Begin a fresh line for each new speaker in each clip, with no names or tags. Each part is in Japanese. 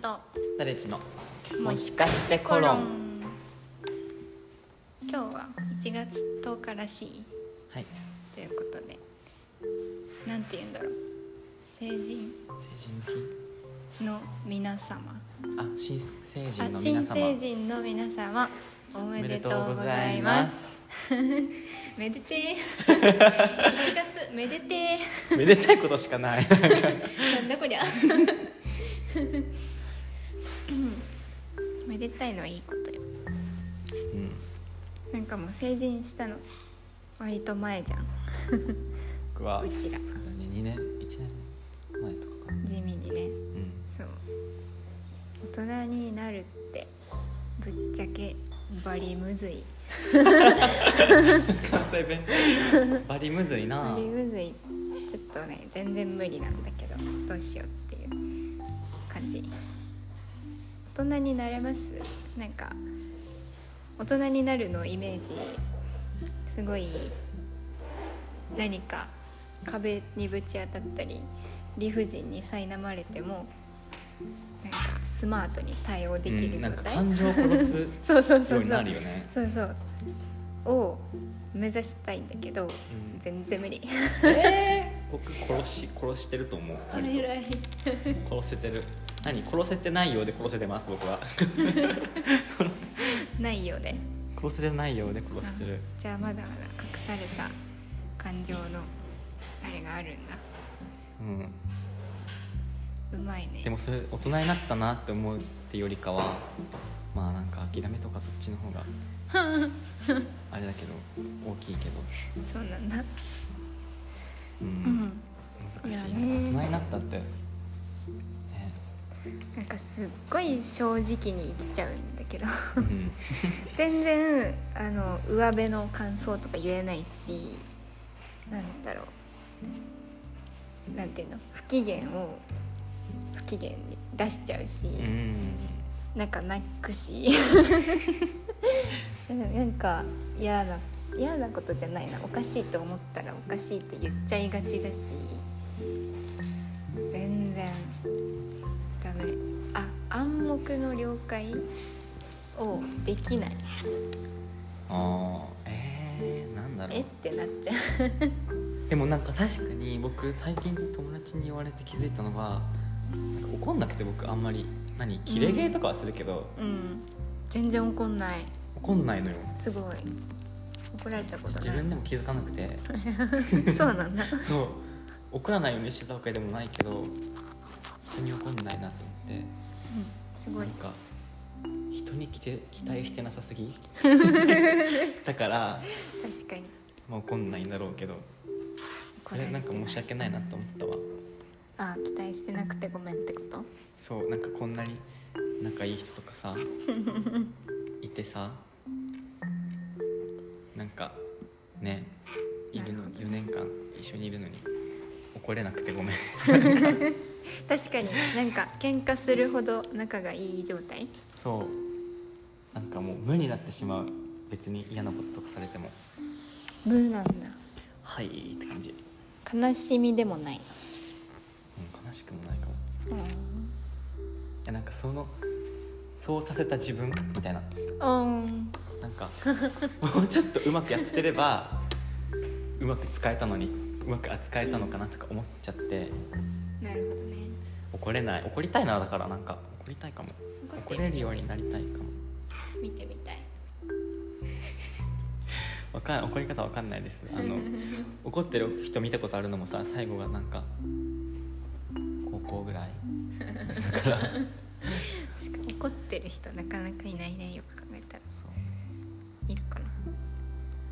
タレッジのもしかしてコロン
今日は1月10日らしい
はい
ということでなんて言うんだろう成人
成人
の皆様
の日あ新成人の
あ
皆様
新成人の皆様お
お
めでとうございますめでてえ1月めでてえ
めでたいことし かない
なんだこりゃ うんめでたいのはいいことよ
うん
なんかもう成人したの割と前じゃん
僕は
うちら
そうだね2年1年前とかかな
地味にね
うん
そう大人になるってぶっちゃけバリむずい
関西弁バリむずいな
バリむずいちょっとね全然無理なんだけどどうしようっていう感じ大人になれますなんか大人になるのイメージすごい何か壁にぶち当たったり理不尽に苛まれてもなんかスマートに対応でき
う
る
んな
状
んか
態、
感情を殺すよ
そうそうそうう
に
そ
な
う
るよね
そうそうを目指したいんだけど、
ん
全然無理
僕殺し殺してると思う
あれ偉い
殺せてる何殺せてないようで殺せてます僕は
ないようで
殺せてないようで殺せてる
じゃあまだまだ隠された感情のあれがあるんだ
うん
うまいね
でもそれ大人になったなって思うってよりかはまあなんか諦めとかそっちの方 があれだけど大きいけど、
そうなんだ
う
うんんい
難しい
やね
ね大人になったって、ね、
なんかすっごい正直に生きちゃうんだけど
うん
全然あの上辺の感想とか言えないしなんだろうなんていうの不機嫌を不機嫌に出しちゃうし、
うん
なんか泣くし なんかなんか嫌な嫌なことじゃないなおかしいと思ったらおかしいって言っちゃいがちだし全然ダメあ暗黙の了解をできない
ああえー、なんだろ
えっ
う
てなっちゃう
でもなんか確かに僕最近友達に言われて気づいたのはなんか怒んなくて僕あんまり何キレゲーとかはするけど、
うん全然怒んない
怒んないのよ
すごい怒られたこと
自
な
分でも気づかなくて
い そうなんだ
そう怒らないようにしてたわけでもないけど人に怒んないなと思って
すご
ないんか人に期て期待してなさ すぎだから、
確かに
まあ、怒んないんだろうけどそれなんか申し訳ないなと思ったわ
あ期待してなくてごめんってこと
そうなんかこんなに仲いい人とか さいてさなんかねいるの
なるほ
4年間一緒にいるのに怒れなくてごめん
確かになんか喧嘩するほど仲がいい状態
そうなんかもう無になってしまう別に嫌なこととかされても
無なんだ
はいって感じ、うん、
悲しみでもない
悲しくもないかも
うん
いやなんかそのそうさせた自分みたいな
うん
な んかもうちょっとうまくやってればうまく使えたのにうまく扱えたのかなとか思っちゃって
なるほどね
怒れない怒りたいなだからなんか怒りたいかも
怒ってみよ
怒
う
れるようになりたいかも
見てみたい
わかん怒り方わかんない ですあの怒ってる人見たことあるのもさ最後がなんか高校ぐらい
確かに怒ってる人なかなかいないねよく考えたら
そう
いるかな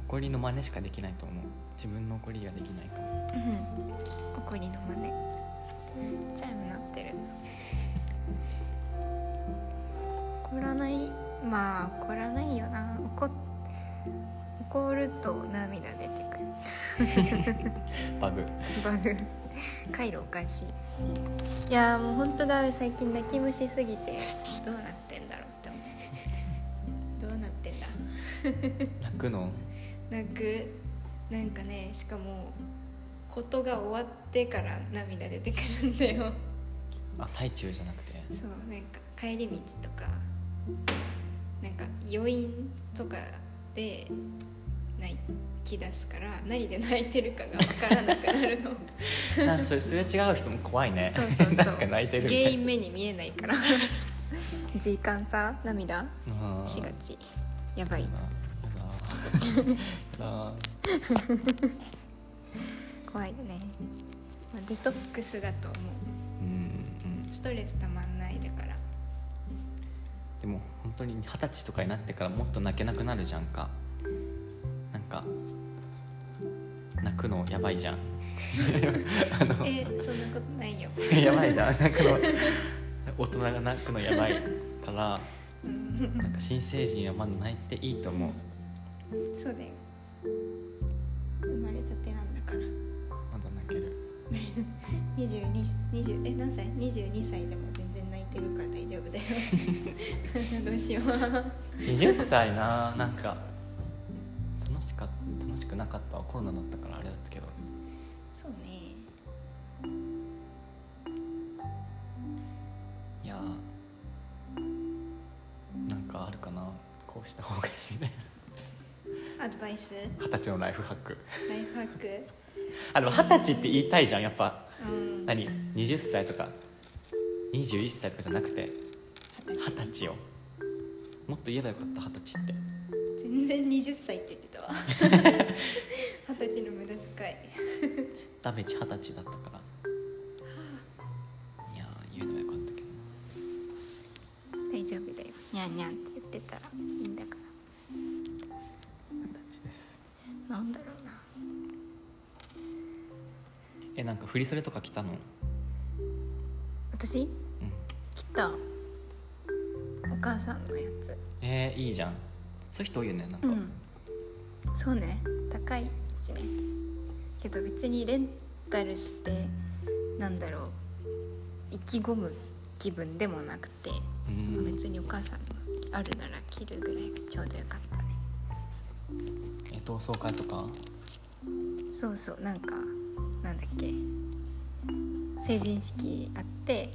怒りの真似しかできないと思う自分の怒りができないかも
怒りの真似チャイム鳴ってる怒らないまあ怒らないよな怒っ怒ると涙出てくる
バグ
バグ回路おかしいいやーもうほんとダメ最近泣き虫すぎてどうなってんだろうって思うどうなってんだ
泣くの
泣くなんかねしかもことが終わってから涙出てくるんだよ
あ最中じゃなくて
そうなんか帰り道とかなんか余韻とかで泣き出すから何で泣いてるかが分からなくなるの
なんかそれすれ違う人も怖いね
そうそうそう
なんか泣いてるみた
原
い
因目に見えないから時間さ涙
なうん
しがちやば
や
い
だやだやだ
怖いよね、まあ、デトックスだと思う
うんうん
ストレスたまんないだから
でも本当に二十歳とかになってからもっと泣けなくなるじゃんかなんか泣くのやばいじゃんあ の
えそんなことないよ、
やばいじゃん 泣くの大人が泣くのやばいから
うん、
なんか新成人はまだ泣いていいと思う
そうだよ生まれたてなんだから
まだ泣ける
22 20え何歳22歳でも全然泣いてるから大丈夫だよ どうしよう
20歳ななんか楽しか楽しくなかったわコロナだったからあれだったけど
そうね
いやーなんかあるかなこうした方がいいね
アドバイス
二十歳のライフハック
ライフハック
あでも二十歳って言いたいじゃんやっぱ
うん
何20歳とか21歳とかじゃなくて
二十
二
歳
十歳をもっと言えばよかった二十歳って
全然20歳って言って たわ二十歳の無駄遣い
ダメージ二十歳だったからいやー言えばよかったけど
大丈夫だよにゃんにゃんって言ってたらいいんだか
な二十歳です
らなんだろうな
えなんか振り袖とか着たの
私
うん
来たお母さんのやつ
えー、いいじゃんそういう人多いよねなんか、
うんそうね高いしねけど別にレンタルしてなんだろう意気込む気分でもなくて、
うん
別にお母さんのあるなら着るぐらいがちょうどよかったね
え同窓会とか
そうそうなんかなんだっけ成人式あって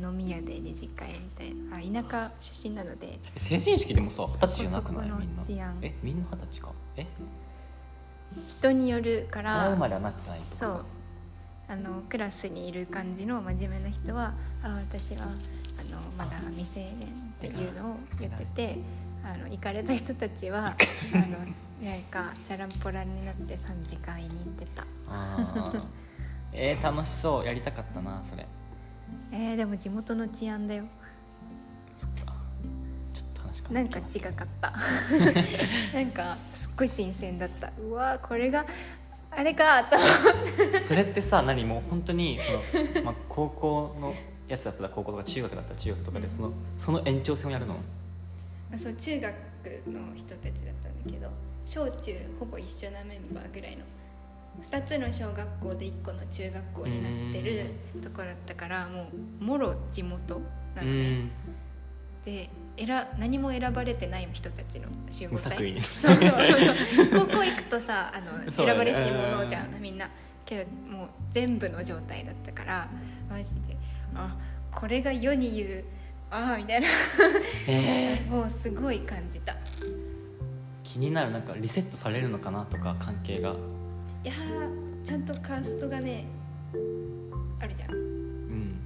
飲み屋で二次会みたいなあ田舎出身なので
え成人式でもさ二
そ
十
こ
歳じゃなくない
そこの
みんな
治安
えみんな二十歳かえ
人によるか
前
ら
生まれはなってないと
そうあのクラスにいる感じの真面目な人は「あ私はあのまだ未成年」っていうのを言っててあの行かれた人たちはあのなんかチャランポランになって3次会に行ってた
あーえー、楽しそうやりたかったなそれ
えーでも地元の治安だよ
そっかちょっと話変わ
な
っ
ん
ちゃ
か
う
違かった なんかすっごい新鮮だったうわーこれがあれかと思って
それってさ何もう本当にそ の、まあ、高校のやつだったら高校とか中学だったら中学とかでそのその延長線をやるの
あそう中学の人たちだったんだけど小中ほぼ一緒なメンバーぐらいの2つの小学校で1個の中学校になってるところだったからもうもろ地元なの
う
ね
ん
でえら何も選ばれてない人たちの集合
無作為
体
に
そうそうそう そう高校行くとさあの、
そ
選
うだ
ば
ね
れし者じゃ
うん
みんなけどもう全部の状態だったからマジであこれが世に言うああみたいな
えー、
もうすごい感じた。
気になるなんかリセットされるのかなとか関係が
いやーちゃんとカーストがねあるじゃん
うん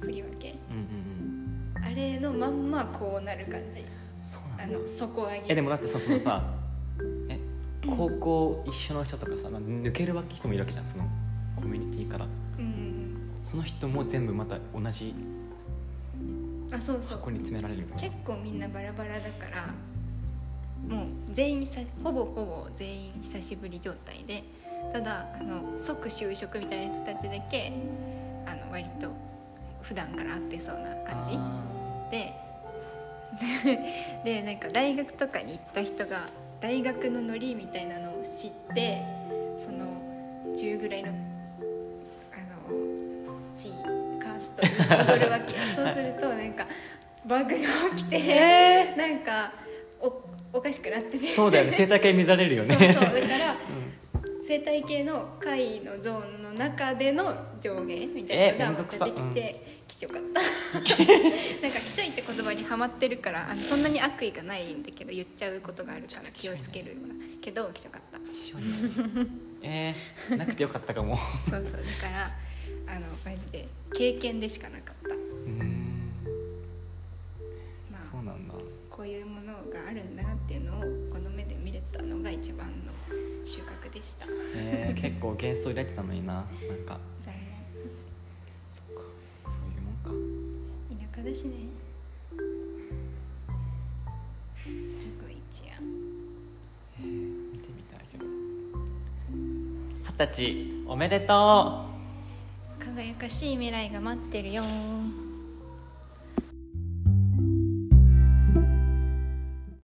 振り分け
うんうんうん
あれのまんまこうなる感じ
そうな
あ
んだ
の底上げ
えでもだってさそのさえ高校一緒の人とかさ、まあ、抜けるわけ人もいるわけじゃんそのコミュニティから
うん
その人も全部また同じ
うんうんあそうそう
箱に詰められるみたい
結
な
構みんなバラバラだからもう全員さほぼほぼ全員久しぶり状態でただあの即就職みたいな人たちだけあの割と普段から会ってそうな感じ
あ
ででなんか大学とかに行った人が大学のノリみたいなのを知ってその中ぐらいのあの地位カーストに戻るわけそうするとなんかバグが起きて、なんかおおかしくなってて
ーそうだよね生態系乱れるよね
そうそうだから、生生態系の貝のゾーンの中での上下みたいなのがまたでき
え
て貴重かった なんか「貴重い」って言葉にはまってるからあのそんなに悪意がないんだけど言っちゃうことがあるから気をつけるわけど貴重かった
非常にえー、なくてよかったかも
そうそうだからあのマジで経験でしかなかった
うーん
ま
そ
あ
うなんだ
こういうものがあるんだなっていうのをこの目で見れたのが一番の収穫でした残
え ー、結構幻想抱いてたのにななんか
念
そっかそういうもんか
田舎だしねすごい治安
えー見てみたいけど二十歳おめでとう
輝かしい未来が待ってるよ